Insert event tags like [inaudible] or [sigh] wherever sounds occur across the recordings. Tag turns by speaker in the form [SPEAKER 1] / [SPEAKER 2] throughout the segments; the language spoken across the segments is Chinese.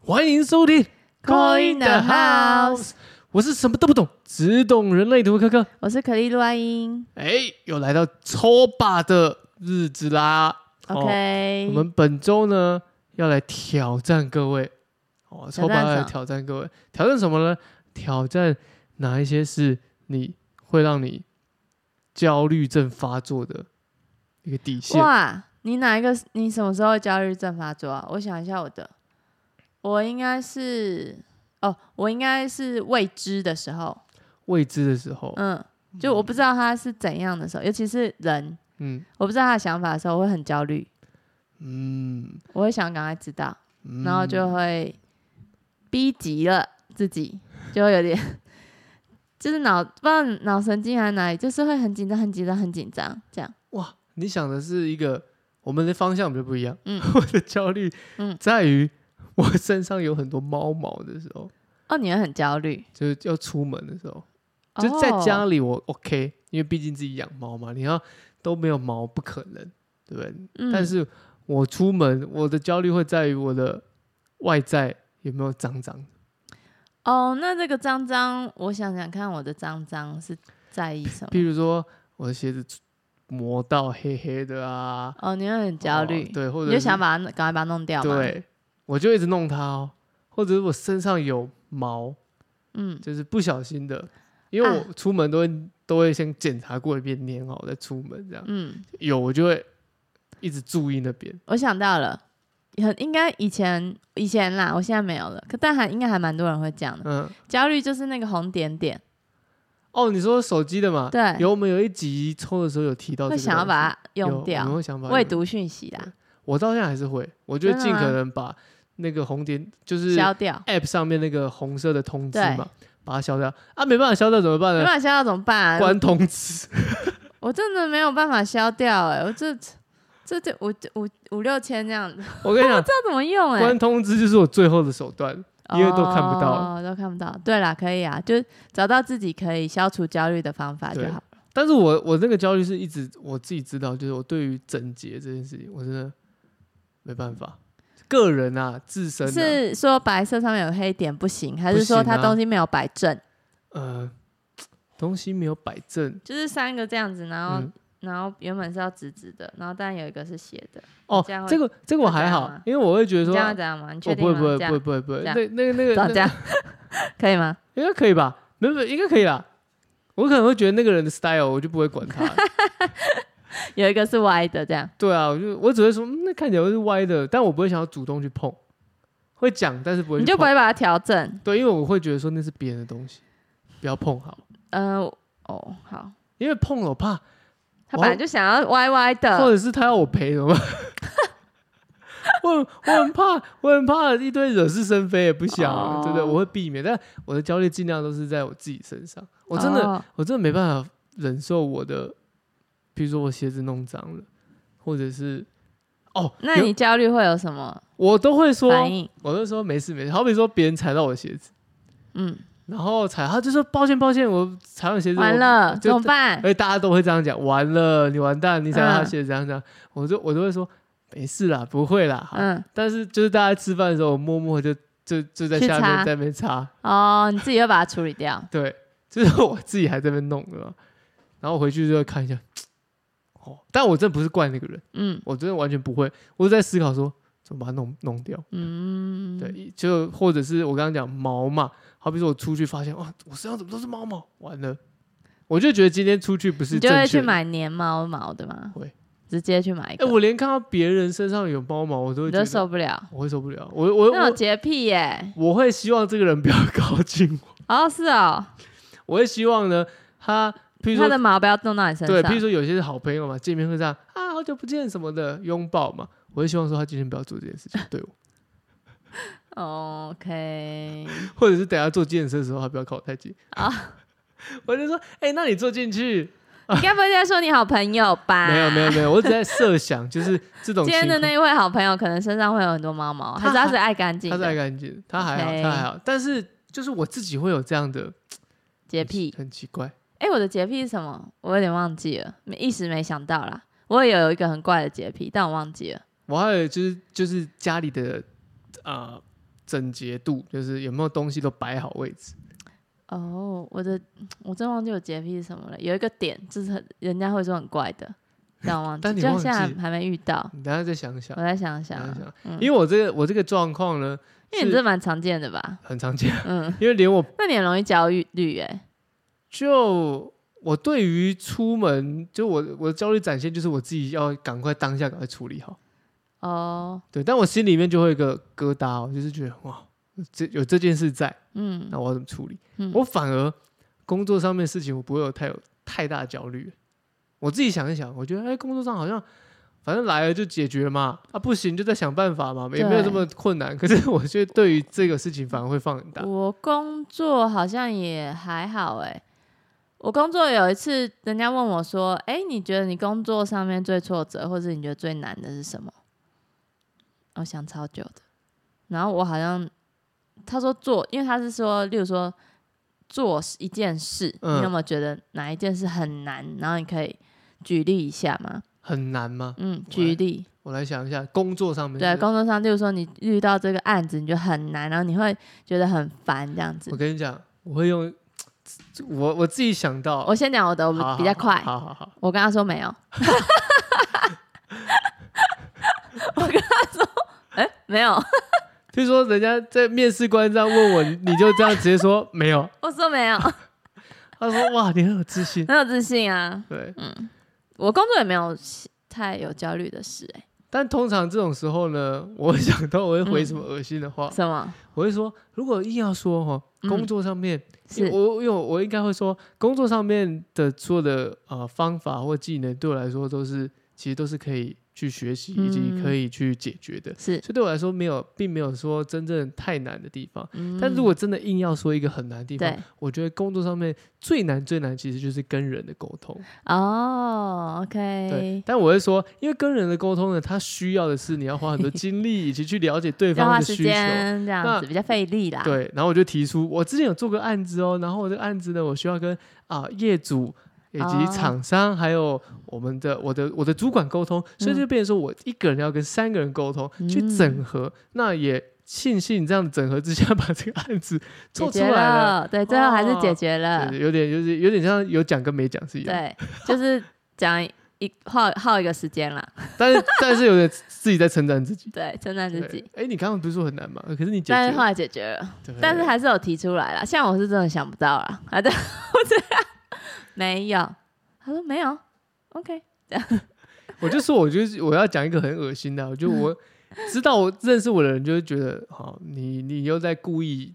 [SPEAKER 1] 欢迎收听《
[SPEAKER 2] Call in the House》，
[SPEAKER 1] 我是什么都不懂，只懂人类图科科。
[SPEAKER 2] 我是可丽露安英
[SPEAKER 1] 哎，又来到抽把的日子啦。哦
[SPEAKER 2] ，OK，
[SPEAKER 1] 我们本周呢要来挑战各位哦，抽
[SPEAKER 2] 挑战
[SPEAKER 1] 把
[SPEAKER 2] 什
[SPEAKER 1] 来
[SPEAKER 2] 么
[SPEAKER 1] 挑战各位，挑战什么呢？挑战哪一些是你会让你焦虑症发作的一个底线？
[SPEAKER 2] 哇，你哪一个？你什么时候焦虑症发作啊？我想一下我的，我应该是哦，我应该是未知的时候，
[SPEAKER 1] 未知的时候，
[SPEAKER 2] 嗯，就我不知道他是怎样的时候，尤其是人，
[SPEAKER 1] 嗯
[SPEAKER 2] 我不知道他的想法的时候，我会很焦虑，
[SPEAKER 1] 嗯，
[SPEAKER 2] 我会想赶快知道，
[SPEAKER 1] 嗯
[SPEAKER 2] 然后就会逼急了自己，就会有点。就是脑不知道脑神经还是哪里，就是会很紧张、很紧张、很紧张这样。
[SPEAKER 1] 哇，你想的是一个我们的方向比较不一样。
[SPEAKER 2] 嗯
[SPEAKER 1] [laughs] 我的焦虑
[SPEAKER 2] 嗯
[SPEAKER 1] 在于我身上有很多猫毛的时候，
[SPEAKER 2] 哦，你会很焦虑，
[SPEAKER 1] 就是要出门的时候，就在家
[SPEAKER 2] 哦、
[SPEAKER 1] 里我 OK，因为毕竟自己养猫嘛，你要都没有毛不可能，对不对？
[SPEAKER 2] 嗯
[SPEAKER 1] 但是我出门，我的焦虑会在于我的外在有没有脏脏的。
[SPEAKER 2] 嗯哦，那这个脏脏，我想想看，我的脏脏是在意什
[SPEAKER 1] 譬
[SPEAKER 2] 么？
[SPEAKER 1] 如说我的鞋子磨到黑黑的啊，
[SPEAKER 2] 哦，你会很焦虑
[SPEAKER 1] 哦，对，或者
[SPEAKER 2] 你就是想把它赶快把它弄掉嘛？，
[SPEAKER 1] 对，我就一直弄它哦，或者是我身上有毛，
[SPEAKER 2] 嗯，
[SPEAKER 1] 就是不小心的，因为
[SPEAKER 2] 啊
[SPEAKER 1] 我出门都会、都会先检查过一遍，粘好再出门，这样
[SPEAKER 2] 嗯，
[SPEAKER 1] 有我就会一直注意那边。
[SPEAKER 2] 我想到了，很应该以前以前啦，我现在没有了，可但还应该还蛮多人会这样的，
[SPEAKER 1] 嗯，
[SPEAKER 2] 焦虑就是那个红点点，
[SPEAKER 1] 哦，你说手机的嘛？
[SPEAKER 2] 对
[SPEAKER 1] 有我们有一集抽的时候有提到这
[SPEAKER 2] 会
[SPEAKER 1] 个东西，
[SPEAKER 2] 想要把它
[SPEAKER 1] 有
[SPEAKER 2] 用
[SPEAKER 1] 我
[SPEAKER 2] 掉，
[SPEAKER 1] 会想把它
[SPEAKER 2] 未
[SPEAKER 1] 用掉，
[SPEAKER 2] 读讯息啦，
[SPEAKER 1] 我到现在还是会，我就会
[SPEAKER 2] 真
[SPEAKER 1] 尽
[SPEAKER 2] 的
[SPEAKER 1] 可
[SPEAKER 2] 吗
[SPEAKER 1] 能把那个红点就是
[SPEAKER 2] 消掉，
[SPEAKER 1] App 上面那个红色的通知
[SPEAKER 2] 对
[SPEAKER 1] 嘛，把它消掉啊，没办法消掉怎么办
[SPEAKER 2] 没
[SPEAKER 1] 呢？
[SPEAKER 2] 办法消掉怎么办、啊？
[SPEAKER 1] 关通知， [laughs]
[SPEAKER 2] 我真的没有办法消掉、哎，我这这这五五五六千这样，不知
[SPEAKER 1] 我跟你讲，
[SPEAKER 2] 道怎么用哎、
[SPEAKER 1] 关通知就是我最后的手段。因为都看不到了
[SPEAKER 2] 哦，都看不到。对啦，可以啊，就找到自己可以消除焦虑的方法就
[SPEAKER 1] 对
[SPEAKER 2] 好了。
[SPEAKER 1] 但是我我那个焦虑是一直我自己知道，就是我对于整洁这件事情，我真的没办法。个人啊，自身、啊、
[SPEAKER 2] 是说白色上面有黑点不行，还
[SPEAKER 1] 不
[SPEAKER 2] 是
[SPEAKER 1] 行啊
[SPEAKER 2] 说它东西没有摆正？
[SPEAKER 1] 呃，东西没有摆正。
[SPEAKER 2] 就是三个这样子，然后、
[SPEAKER 1] 嗯，
[SPEAKER 2] 然后原本是要直直的，然后但有一个是斜的，
[SPEAKER 1] 哦
[SPEAKER 2] 这样，会
[SPEAKER 1] 这个这个我还
[SPEAKER 2] 会这
[SPEAKER 1] 好
[SPEAKER 2] 样吗，啊
[SPEAKER 1] 因为我会觉得
[SPEAKER 2] 你
[SPEAKER 1] 说，
[SPEAKER 2] 这样
[SPEAKER 1] 我
[SPEAKER 2] 这样吗？你确
[SPEAKER 1] 不会
[SPEAKER 2] 定吗？
[SPEAKER 1] 不会
[SPEAKER 2] 这
[SPEAKER 1] 不
[SPEAKER 2] 样
[SPEAKER 1] 会不会不会，
[SPEAKER 2] 这样
[SPEAKER 1] 那那个那个
[SPEAKER 2] 这样
[SPEAKER 1] 那
[SPEAKER 2] 这样 [laughs] 可以吗？
[SPEAKER 1] 应该可以吧？没有没有，应该可以啦。我可能会觉得那个人的 style，我就不会管
[SPEAKER 2] [laughs]
[SPEAKER 1] 他。
[SPEAKER 2] 有一个是歪的，这样
[SPEAKER 1] 对啊，我就我只会说，嗯那看起来是歪的，但我不会想要主动去碰，会讲，但是不会去
[SPEAKER 2] 你就不
[SPEAKER 1] 碰
[SPEAKER 2] 会把它调正。
[SPEAKER 1] 对，因为我会觉得说那是别人的东西，不要碰好。
[SPEAKER 2] 嗯、哦，好，
[SPEAKER 1] 因为碰了我怕，
[SPEAKER 2] 他
[SPEAKER 1] 我
[SPEAKER 2] 本来就想要歪歪
[SPEAKER 1] 或
[SPEAKER 2] 的，
[SPEAKER 1] 者是他要我赔怎么办？ [laughs] 我很我很怕，我很怕一堆惹是生非，也不想、
[SPEAKER 2] 哦
[SPEAKER 1] 真的我会避免。但我的焦虑尽量都是在我自己身上，我真的、
[SPEAKER 2] 哦
[SPEAKER 1] 我真的没办法忍受我的，比如说我鞋子弄脏了，或者是哦，
[SPEAKER 2] 那
[SPEAKER 1] 有
[SPEAKER 2] 你焦虑会有什么
[SPEAKER 1] 我都会说，
[SPEAKER 2] 反应？
[SPEAKER 1] 我都说没事没事。好比说别人踩到我鞋子，
[SPEAKER 2] 嗯，
[SPEAKER 1] 然后踩他就说抱歉抱歉，我踩到你鞋子
[SPEAKER 2] 完
[SPEAKER 1] 我
[SPEAKER 2] 了，
[SPEAKER 1] 就哎
[SPEAKER 2] 怎么办？
[SPEAKER 1] 而且大家都会这样讲，完了，你完蛋，你踩到他
[SPEAKER 2] 嗯
[SPEAKER 1] 鞋子这样这样，我就我都会说没事啦，不会啦。好
[SPEAKER 2] 嗯，
[SPEAKER 1] 但是就是大家吃饭的时候，我默默就就就在
[SPEAKER 2] 去
[SPEAKER 1] 下面
[SPEAKER 2] 擦
[SPEAKER 1] 在那边擦，
[SPEAKER 2] 哦，你自己要把它处理掉。
[SPEAKER 1] 对，就是 [laughs] 我自己还在那边弄的嘛，然后回去就会看一下，哦，但我真的不是怪那个人，
[SPEAKER 2] 嗯
[SPEAKER 1] 我真的完全不会，我在思考说怎么把它弄弄掉。
[SPEAKER 2] 嗯，
[SPEAKER 1] 对，就或者是我刚刚讲毛嘛，好比说我出去发现哇，我身上怎么都是猫毛，完了，我就觉得今天出去不是
[SPEAKER 2] 你就会
[SPEAKER 1] 正确
[SPEAKER 2] 去
[SPEAKER 1] 的
[SPEAKER 2] 买粘猫毛的吗？
[SPEAKER 1] 会，
[SPEAKER 2] 直接去买
[SPEAKER 1] [laughs] 哎、
[SPEAKER 2] 一个，
[SPEAKER 1] 我连看到别人身上有猫毛，我都会
[SPEAKER 2] 你
[SPEAKER 1] 觉
[SPEAKER 2] 都
[SPEAKER 1] 得
[SPEAKER 2] 受不了，
[SPEAKER 1] 我会受不了，我我
[SPEAKER 2] 那
[SPEAKER 1] 我
[SPEAKER 2] 种洁癖耶。
[SPEAKER 1] 我会希望这个人不要 [laughs] 靠近我，
[SPEAKER 2] 哦，是哦，
[SPEAKER 1] 我会希望呢，他譬如
[SPEAKER 2] 它的
[SPEAKER 1] 说
[SPEAKER 2] 毛不要弄到你身
[SPEAKER 1] 对，
[SPEAKER 2] 上
[SPEAKER 1] 譬如。说有些是好朋友嘛，见面会这样啊，好久不见什么的拥抱嘛，我会希望说他今天不要做这件事情对我， [laughs]
[SPEAKER 2] OK，
[SPEAKER 1] 或者是等下做健身的时候他不要靠我太近
[SPEAKER 2] 啊，
[SPEAKER 1] [laughs] 我就说哎、那你坐进去
[SPEAKER 2] 你该不会在说你好朋友吧？
[SPEAKER 1] 没有没有没有，我只在设想就是这种
[SPEAKER 2] 啊今
[SPEAKER 1] 情
[SPEAKER 2] 天的
[SPEAKER 1] 况。
[SPEAKER 2] 那一位好朋友可能身上会有很多猫毛，
[SPEAKER 1] 他
[SPEAKER 2] 还是他是爱干净
[SPEAKER 1] 他在
[SPEAKER 2] 的
[SPEAKER 1] 干净，他还好，他还好，但是就是我自己会有这样的
[SPEAKER 2] 洁癖。
[SPEAKER 1] 很奇怪。
[SPEAKER 2] 哎，我的洁癖是什么？我有点忘记了，没一时没想到啦。我也有一个很怪的洁癖，但我忘记了。
[SPEAKER 1] 我还有就是就是家里的呃整洁度，就是有没有东西都摆好位置。
[SPEAKER 2] 哦，我的我真忘记我洁癖是什么了。有一个点就是很人家会说很怪的，但我忘
[SPEAKER 1] 但
[SPEAKER 2] 记，
[SPEAKER 1] 你
[SPEAKER 2] 就
[SPEAKER 1] 忘
[SPEAKER 2] 现在
[SPEAKER 1] 记
[SPEAKER 2] 还没遇到。
[SPEAKER 1] 你等一下再想想
[SPEAKER 2] 我，再想
[SPEAKER 1] 等
[SPEAKER 2] 想
[SPEAKER 1] 一下
[SPEAKER 2] 啊，
[SPEAKER 1] 想，
[SPEAKER 2] 嗯
[SPEAKER 1] 因为我这个我这个状况呢，
[SPEAKER 2] 因为你
[SPEAKER 1] 是
[SPEAKER 2] 这蛮常见的吧？
[SPEAKER 1] 很常见， [laughs]
[SPEAKER 2] 嗯，
[SPEAKER 1] 因为连我
[SPEAKER 2] 那你很容易焦虑虑哎、
[SPEAKER 1] 就我对于出门，就我我的焦虑展现就是我自己要赶快当下赶快处理好。
[SPEAKER 2] 哦，
[SPEAKER 1] 对，但我心里面就会有一个疙瘩、哦，就是觉得哇，这有这件事在，
[SPEAKER 2] 嗯
[SPEAKER 1] 那我要怎么处理？
[SPEAKER 2] 嗯
[SPEAKER 1] 我反而工作上面的事情，我不会有太有太大焦虑。我自己想一想，我觉得哎、工作上好像反正来了就解决嘛，啊不行就再想办法嘛，也没有这么困难。可是我 [laughs] 觉得对于这个事情反而会放很大。
[SPEAKER 2] 我工作好像也还好哎、我工作有一次，人家问我说：“哎、你觉得你工作上面最挫折，或者你觉得最难的是什么？”我想超久的，然后我好像他说做，因为他是说，例如说做一件事，
[SPEAKER 1] 嗯
[SPEAKER 2] 你有没有觉得哪一件事很难？然后你可以举例一下吗？
[SPEAKER 1] 很难吗？
[SPEAKER 2] 嗯，
[SPEAKER 1] 来
[SPEAKER 2] 举例，
[SPEAKER 1] 我来想一下，工作上面
[SPEAKER 2] 对，啊
[SPEAKER 1] 是
[SPEAKER 2] 工作上，例如说你遇到这个案子，你觉得很难，然后你会觉得很烦这样子
[SPEAKER 1] 我。跟你讲，我会用我我自己想到，
[SPEAKER 2] 我先讲我的，
[SPEAKER 1] 好
[SPEAKER 2] 我比较快。
[SPEAKER 1] 好好好，
[SPEAKER 2] 我跟他说没
[SPEAKER 1] [laughs]
[SPEAKER 2] 有，我跟他说，哎、没有， [laughs]
[SPEAKER 1] 听说人家在面试官这样问我，你就这样直接说 [laughs] 没有。
[SPEAKER 2] 我说没有，
[SPEAKER 1] 他说哇，你很有自
[SPEAKER 2] [laughs]
[SPEAKER 1] 信。
[SPEAKER 2] 很有自信啊。
[SPEAKER 1] 对，
[SPEAKER 2] 我工作也没有太有焦虑的事、哎，
[SPEAKER 1] 但通常这种时候呢， [laughs] 我会想到我会回什么恶心的话，
[SPEAKER 2] 什么？
[SPEAKER 1] 我会说，如果硬要说哈，
[SPEAKER 2] 嗯
[SPEAKER 1] 工作上面，
[SPEAKER 2] 是
[SPEAKER 1] 我因为我我应该会说，工作上面的做的呃方法或技能，对我来说都是其实都是可以去学习以及
[SPEAKER 2] 嗯
[SPEAKER 1] 可以去解决的，
[SPEAKER 2] 是，
[SPEAKER 1] 所以对我来说没有，并没有说真正太难的地方。
[SPEAKER 2] 嗯
[SPEAKER 1] 但如果真的硬要说一个很难的地方
[SPEAKER 2] 对，
[SPEAKER 1] 我觉得工作上面最难最难其实就是跟人的沟通。
[SPEAKER 2] 哦
[SPEAKER 1] 对
[SPEAKER 2] ，OK，，
[SPEAKER 1] 但我会说，因为跟人的沟通呢，他需要的是你要花很多精力，以及去了解对
[SPEAKER 2] 要
[SPEAKER 1] 方
[SPEAKER 2] 花
[SPEAKER 1] 的
[SPEAKER 2] 时
[SPEAKER 1] 需求。
[SPEAKER 2] 间这样
[SPEAKER 1] 那
[SPEAKER 2] 子比较费力啦。
[SPEAKER 1] 对，然后我就提出，我之前有做个案子哦，然后我这个案子呢，我需要跟啊、业主以及
[SPEAKER 2] 哦
[SPEAKER 1] 厂商，还有我们的我的我的主管沟通，所以就变成说我一个人要跟三个人沟通，去整
[SPEAKER 2] 嗯
[SPEAKER 1] 合。那也庆幸这样整合之下，把这个案子
[SPEAKER 2] 解
[SPEAKER 1] 做出
[SPEAKER 2] 决
[SPEAKER 1] 来了。
[SPEAKER 2] 了，对，最后还是
[SPEAKER 1] 哦
[SPEAKER 2] 解决了，
[SPEAKER 1] 对有点就是有点像有讲跟没讲是一样的，
[SPEAKER 2] 对，就是讲一耗耗一个时间啦，
[SPEAKER 1] 但是但是有点自己在称赞自己。
[SPEAKER 2] 对，称赞自
[SPEAKER 1] 对
[SPEAKER 2] 己，。
[SPEAKER 1] 哎、你刚刚不是说很难吗？呃可是你解
[SPEAKER 2] 但
[SPEAKER 1] 决
[SPEAKER 2] 是后来解决了。
[SPEAKER 1] 对
[SPEAKER 2] 但是还是有提出来啦，像我是真的想不到啦，啊，对， [laughs] 我这样没有，他说没有，OK，
[SPEAKER 1] 我就说，我就是我要讲一个很恶心的，我就
[SPEAKER 2] [laughs]
[SPEAKER 1] 我知道我认识我的人就会觉得，好，你你又在故意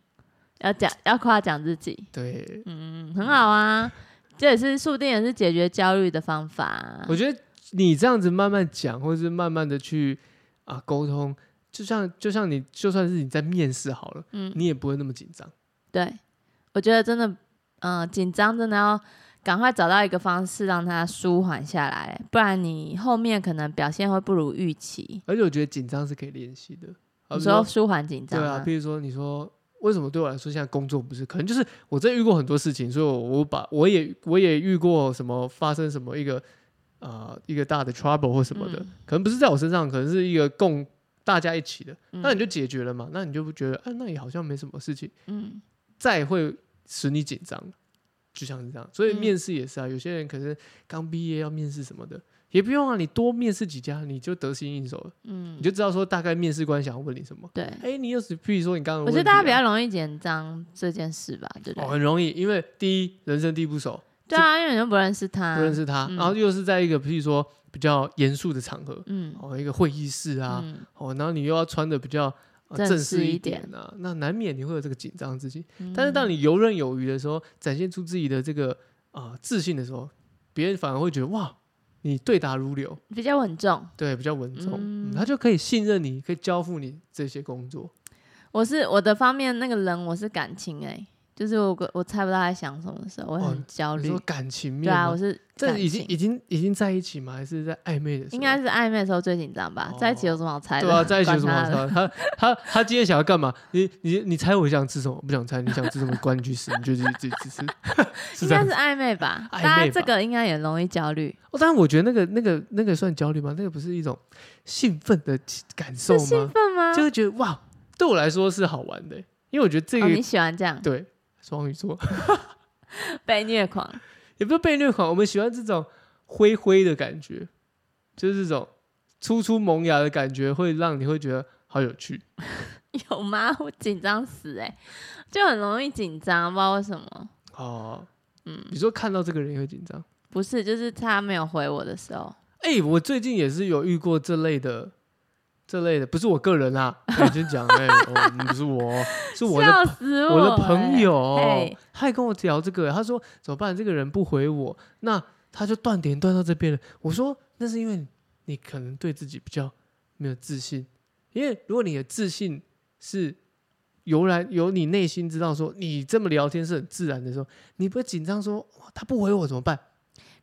[SPEAKER 2] 要讲要夸奖自己，
[SPEAKER 1] 对，
[SPEAKER 2] 嗯，很好啊，这也是说不定也是解决焦虑的方法啊，
[SPEAKER 1] 我觉得你这样子慢慢讲，或者是慢慢的去啊沟通，就像就像你就算是你在面试好了，
[SPEAKER 2] 嗯，
[SPEAKER 1] 你也不会那么紧张。
[SPEAKER 2] 对，我觉得真的，嗯、紧张真的要赶快找到一个方式让它舒缓下来，不然你后面可能表现会不如预期。
[SPEAKER 1] 而且我觉得紧张是可以练习的。好
[SPEAKER 2] 你
[SPEAKER 1] 比
[SPEAKER 2] 说
[SPEAKER 1] 说
[SPEAKER 2] 舒缓紧张
[SPEAKER 1] 对啊，
[SPEAKER 2] 吗？
[SPEAKER 1] 比如说你说为什么对我来说现在工作不是，可能就是我真的遇过很多事情，所以我我把我也我也遇过什么发生什么一个呃一个大的 trouble 或什么的，
[SPEAKER 2] 嗯
[SPEAKER 1] 可能不是在我身上，可能是一个共大家一起的，那你
[SPEAKER 2] 就
[SPEAKER 1] 就解决了嘛，那你就不觉得啊，那也好像没什么事情，
[SPEAKER 2] 嗯
[SPEAKER 1] 再会使你紧张，就像是这样，所以
[SPEAKER 2] 嗯
[SPEAKER 1] 面试也是啊，有些人可能刚毕业要面试什么的。也不用啊，你多面试几家，你就得心应手了，
[SPEAKER 2] 嗯，
[SPEAKER 1] 你就知道说大概面试官想要问你什么。
[SPEAKER 2] 对。
[SPEAKER 1] 哎、你有什比如说你刚刚的
[SPEAKER 2] 我
[SPEAKER 1] 问
[SPEAKER 2] 觉得
[SPEAKER 1] 题
[SPEAKER 2] 大家
[SPEAKER 1] 啊
[SPEAKER 2] 比较容易紧张这件事吧，对不对？
[SPEAKER 1] 哦，很容易，因为第一人生地不熟，
[SPEAKER 2] 对啊，因为你又不认识他，
[SPEAKER 1] 不认识他，
[SPEAKER 2] 嗯
[SPEAKER 1] 然后又是在一个譬如说比较严肃的场合，
[SPEAKER 2] 嗯，
[SPEAKER 1] 哦，一个会议室啊，
[SPEAKER 2] 嗯
[SPEAKER 1] 哦，然后你又要穿的比较、呃
[SPEAKER 2] 正
[SPEAKER 1] 正
[SPEAKER 2] 式
[SPEAKER 1] 式
[SPEAKER 2] 一
[SPEAKER 1] 点啊，那难免你会有这个紧张自己。
[SPEAKER 2] 嗯
[SPEAKER 1] 但是当你游刃有余的时候，展现出自己的这个啊、呃自信的时候，别人反而会觉得哇，你对答如流，
[SPEAKER 2] 比较稳重，
[SPEAKER 1] 对，比较稳重，嗯
[SPEAKER 2] 嗯
[SPEAKER 1] 他就可以信任你，可以交付你这些工作。
[SPEAKER 2] 我是我的方面那个人，我是感情哎、就是我我猜不到他在想什么的时候，我会
[SPEAKER 1] 哦
[SPEAKER 2] 很焦
[SPEAKER 1] 你
[SPEAKER 2] 虑
[SPEAKER 1] 说。感情
[SPEAKER 2] 对
[SPEAKER 1] 面
[SPEAKER 2] 啊，
[SPEAKER 1] 吗
[SPEAKER 2] 我是
[SPEAKER 1] 这
[SPEAKER 2] 感
[SPEAKER 1] 已经
[SPEAKER 2] 情
[SPEAKER 1] 已经已经在一起吗？还是在暧昧的时候？
[SPEAKER 2] 应该是暧昧的时候最紧张吧，
[SPEAKER 1] 哦
[SPEAKER 2] 在一起有什么好猜的？
[SPEAKER 1] 对啊，在一起有什么好
[SPEAKER 2] 管他的？
[SPEAKER 1] 猜？他他他今天想要干嘛？你你你猜我想吃什么？我不想猜，你想吃什么？关你去死！你就
[SPEAKER 2] [laughs]
[SPEAKER 1] 自己自己自己吃，是这
[SPEAKER 2] 应该
[SPEAKER 1] 样
[SPEAKER 2] 是
[SPEAKER 1] 子。
[SPEAKER 2] 暧昧吧，
[SPEAKER 1] 暧昧吧
[SPEAKER 2] 大家这个应该也容易焦虑，
[SPEAKER 1] 哦，但是我觉得那个那个那个算焦虑吗？那个不是一种兴奋的感受
[SPEAKER 2] 是兴啊
[SPEAKER 1] 吗？
[SPEAKER 2] 奋吗？
[SPEAKER 1] 就会觉得哇，对我来说是好玩的欸、因为我觉得这
[SPEAKER 2] 哦，
[SPEAKER 1] 个、
[SPEAKER 2] 你喜欢这样
[SPEAKER 1] 对双鱼座
[SPEAKER 2] 被虐狂？
[SPEAKER 1] 也不是被虐狂，我们喜欢这种灰灰的感觉，就是这种初出萌芽的感觉，会让你会觉得好有趣。
[SPEAKER 2] 有吗？我紧张死哎、就很容易紧张，不知道为什么。
[SPEAKER 1] 哦，
[SPEAKER 2] 嗯，
[SPEAKER 1] 你说看到这个人也会紧张？
[SPEAKER 2] 不是，就是他没有回我的时候，
[SPEAKER 1] 哎、我最近也是有遇过这类的，这类的不是我个人 [laughs] 啦，我先讲，哎、哦嗯不是 [laughs] 我，是我的
[SPEAKER 2] 笑死
[SPEAKER 1] 我哎的
[SPEAKER 2] 欸
[SPEAKER 1] 朋友
[SPEAKER 2] 嘿，
[SPEAKER 1] 他也跟我聊这个，他说怎么办？这个人不回我，那他就断点断到这边了。我说那是因为你可能对自己比较没有自信，因为如果你的自信是由来由你内心知道说你这么聊天是很自然的时候，你不会紧张说哇他不回我怎么办？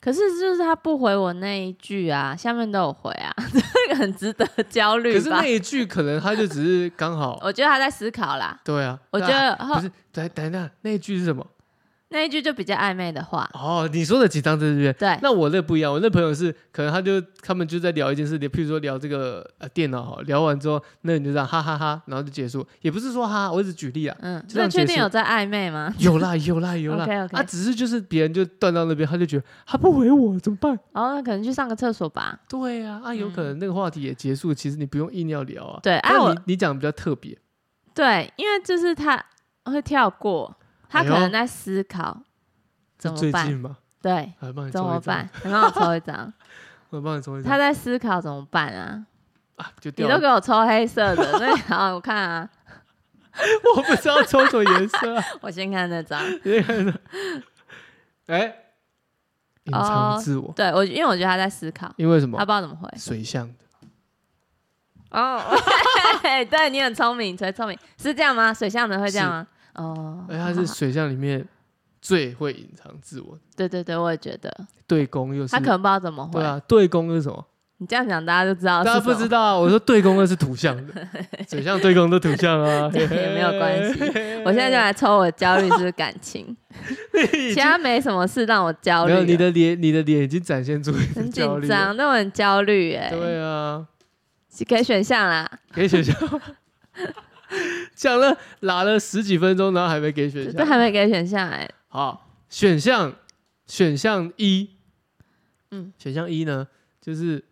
[SPEAKER 2] 可是就是他不回我那一句啊，下面都有回啊， [laughs] 这个很值得焦虑
[SPEAKER 1] 可是
[SPEAKER 2] 吧
[SPEAKER 1] 那？一句可能他就只是刚好，
[SPEAKER 2] [laughs] 我觉得他在思考啦，
[SPEAKER 1] 对啊，
[SPEAKER 2] 我觉
[SPEAKER 1] 那
[SPEAKER 2] 得
[SPEAKER 1] 不
[SPEAKER 2] 后
[SPEAKER 1] 是，等等一下那一句是什么？
[SPEAKER 2] 那一句就比较暧昧的话，
[SPEAKER 1] 哦，你说的紧张在这边。
[SPEAKER 2] 对，
[SPEAKER 1] 那我那不一样，我那朋友是可能他就他们就在聊一件事，譬如说聊这个呃电脑哈，聊完之后，那你就这样哈哈哈然后就结束，也不是说哈哈，我只举例啊，
[SPEAKER 2] 嗯，
[SPEAKER 1] 就这
[SPEAKER 2] 那
[SPEAKER 1] 样
[SPEAKER 2] 确
[SPEAKER 1] 结
[SPEAKER 2] 定
[SPEAKER 1] 束
[SPEAKER 2] 有在暧昧吗？
[SPEAKER 1] 有
[SPEAKER 2] [laughs]
[SPEAKER 1] 啦有啦有啦，
[SPEAKER 2] OK，OK
[SPEAKER 1] 啊只是就是别人就断到那边，他就觉得他不回我怎么办？
[SPEAKER 2] 哦，那可能去上个厕所吧。
[SPEAKER 1] 对啊，啊有可能那个话题也结束，其实你不用硬要聊啊。
[SPEAKER 2] 嗯对，哎、
[SPEAKER 1] 但
[SPEAKER 2] 我
[SPEAKER 1] 你你讲得比较特别，
[SPEAKER 2] 对，因为就是他会跳过，他
[SPEAKER 1] 哎
[SPEAKER 2] 可
[SPEAKER 1] 呦
[SPEAKER 2] 能在思考、
[SPEAKER 1] 是
[SPEAKER 2] 怎么
[SPEAKER 1] 最
[SPEAKER 2] 办
[SPEAKER 1] 近吗？
[SPEAKER 2] 对，
[SPEAKER 1] 来帮你
[SPEAKER 2] 怎
[SPEAKER 1] 抽一
[SPEAKER 2] 么
[SPEAKER 1] 张
[SPEAKER 2] 办？？你帮我抽
[SPEAKER 1] [laughs]
[SPEAKER 2] 一张，
[SPEAKER 1] 我帮你抽一张
[SPEAKER 2] 他在思考怎么办啊？
[SPEAKER 1] 啊， [laughs] 就
[SPEAKER 2] 你
[SPEAKER 1] 掉
[SPEAKER 2] 都
[SPEAKER 1] 了。
[SPEAKER 2] 给我抽黑色的，那 [laughs] 好，我看啊，
[SPEAKER 1] 我不知道抽什么颜色、
[SPEAKER 2] [laughs]
[SPEAKER 1] 啊，
[SPEAKER 2] 我先看那张。
[SPEAKER 1] 你看呢哎、隐藏
[SPEAKER 2] 哦
[SPEAKER 1] 自我。
[SPEAKER 2] 对我，因为我觉得他在思考，
[SPEAKER 1] 因为什么
[SPEAKER 2] 他不？知道怎么回。
[SPEAKER 1] 水象的，
[SPEAKER 2] 哦，嘿 [laughs] 对你很聪明，才聪明，是这样吗？水象的会这样吗？哦，
[SPEAKER 1] 而且哎它
[SPEAKER 2] 好
[SPEAKER 1] 是
[SPEAKER 2] 好
[SPEAKER 1] 水象里面最会隐藏自我的，
[SPEAKER 2] 对对对，我也觉得
[SPEAKER 1] 对宫又是
[SPEAKER 2] 啊他可能不知道怎么
[SPEAKER 1] 对
[SPEAKER 2] 回。
[SPEAKER 1] 啊，对宫又是什么？
[SPEAKER 2] 你这样讲，大家就知道
[SPEAKER 1] 大
[SPEAKER 2] 是
[SPEAKER 1] 家不
[SPEAKER 2] 什
[SPEAKER 1] [laughs]
[SPEAKER 2] 么
[SPEAKER 1] 知道啊，我说对宫又是土象
[SPEAKER 2] [laughs]
[SPEAKER 1] 的，水象对宫都土象啊，
[SPEAKER 2] 对也没有关系。我现在就来抽我焦虑是不是感
[SPEAKER 1] [laughs]
[SPEAKER 2] 情，
[SPEAKER 1] 就
[SPEAKER 2] 其他没什么事让我焦
[SPEAKER 1] 没有你
[SPEAKER 2] 虑了，
[SPEAKER 1] 的脸，你的脸已经展现出你的
[SPEAKER 2] 很
[SPEAKER 1] 焦
[SPEAKER 2] 紧
[SPEAKER 1] 虑了，啊
[SPEAKER 2] 张，但我很焦虑哎。
[SPEAKER 1] 对啊，
[SPEAKER 2] 给选项啦，
[SPEAKER 1] 给选项。 [laughs] 讲了拉了十几分钟，然后还没给选
[SPEAKER 2] 这还
[SPEAKER 1] 项。啊
[SPEAKER 2] 没给选项哎。
[SPEAKER 1] 好，选项选项一，
[SPEAKER 2] 嗯，
[SPEAKER 1] 选项一呢，就是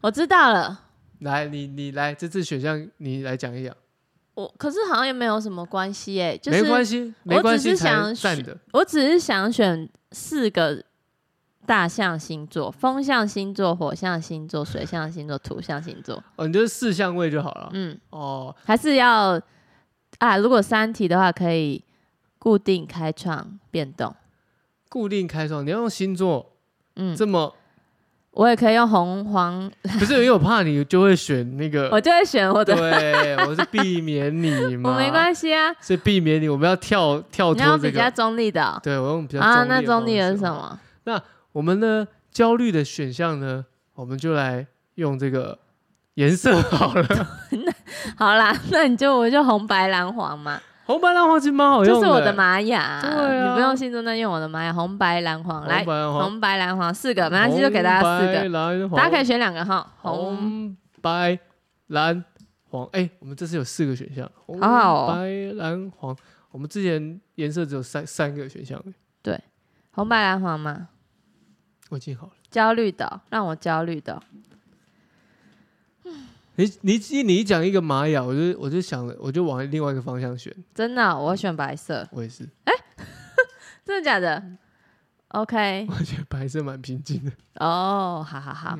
[SPEAKER 2] 我知道了，
[SPEAKER 1] 来，你你来，这次选项你来讲一讲，
[SPEAKER 2] 我可是好像也没有什么关系哎，就是
[SPEAKER 1] 没关系，
[SPEAKER 2] 我
[SPEAKER 1] 没关
[SPEAKER 2] 只
[SPEAKER 1] 系
[SPEAKER 2] 是想
[SPEAKER 1] 才站的。
[SPEAKER 2] 我只是想选四个大象星座：风象星座、火象星座、水象星座、土象星座。
[SPEAKER 1] 哦，你就是四相位就好了。
[SPEAKER 2] 嗯，
[SPEAKER 1] 哦，
[SPEAKER 2] 还是要啊，如果三题的话，可以固定、开创、变动。
[SPEAKER 1] 固定开创，你要用星座
[SPEAKER 2] 嗯，
[SPEAKER 1] 这么， [laughs]
[SPEAKER 2] 我也可以用红黄，
[SPEAKER 1] 不是因为我怕你就会选那
[SPEAKER 2] 我
[SPEAKER 1] 个，
[SPEAKER 2] 就会选我
[SPEAKER 1] [laughs]
[SPEAKER 2] 的，
[SPEAKER 1] 对，我是避免你
[SPEAKER 2] [laughs] 我
[SPEAKER 1] 嘛，
[SPEAKER 2] 没关系啊。
[SPEAKER 1] 是避免你，我们要跳跳
[SPEAKER 2] 你要
[SPEAKER 1] 脱
[SPEAKER 2] 比
[SPEAKER 1] 这
[SPEAKER 2] 较
[SPEAKER 1] 个。
[SPEAKER 2] 中立的哦、
[SPEAKER 1] 对，我用比较
[SPEAKER 2] 啊，
[SPEAKER 1] 中立
[SPEAKER 2] 那
[SPEAKER 1] 的
[SPEAKER 2] 中立
[SPEAKER 1] 方
[SPEAKER 2] 的
[SPEAKER 1] 式
[SPEAKER 2] 是什
[SPEAKER 1] 哦？
[SPEAKER 2] 么？
[SPEAKER 1] 我们呢，焦虑的选项呢，我们就来用这个颜 [laughs] 色好了。
[SPEAKER 2] 好啦， [laughs] 那你就我就红白蓝黄嘛，
[SPEAKER 1] 红白蓝黄其实蛮好
[SPEAKER 2] 这
[SPEAKER 1] 哦用
[SPEAKER 2] 是
[SPEAKER 1] 的，
[SPEAKER 2] 我的玛雅，
[SPEAKER 1] 对啊
[SPEAKER 2] 你不用星座，那用我的玛雅，红白蓝黄，
[SPEAKER 1] 红
[SPEAKER 2] 来
[SPEAKER 1] 白，蓝黄，
[SPEAKER 2] 红白蓝黄四个，没关系，就给大家四
[SPEAKER 1] 红
[SPEAKER 2] 个，
[SPEAKER 1] 白哦蓝黄
[SPEAKER 2] 大家可以选两个哈，红
[SPEAKER 1] 红白蓝黄。哎、我们这次有四个选项，红
[SPEAKER 2] 好好哦
[SPEAKER 1] 白蓝黄。我们之前颜色只有三三个选项，
[SPEAKER 2] 红白蓝黄嘛，
[SPEAKER 1] 我已经好了。
[SPEAKER 2] 焦虑的，让我焦虑的，
[SPEAKER 1] 你你你一讲一个玛雅，我就我就想了，我就往另外一个方向选。
[SPEAKER 2] 真的，我选白色，
[SPEAKER 1] 我也是， [laughs]
[SPEAKER 2] 真的假的？OK，
[SPEAKER 1] 我觉得白色蛮平静的。
[SPEAKER 2] 哦，好好好，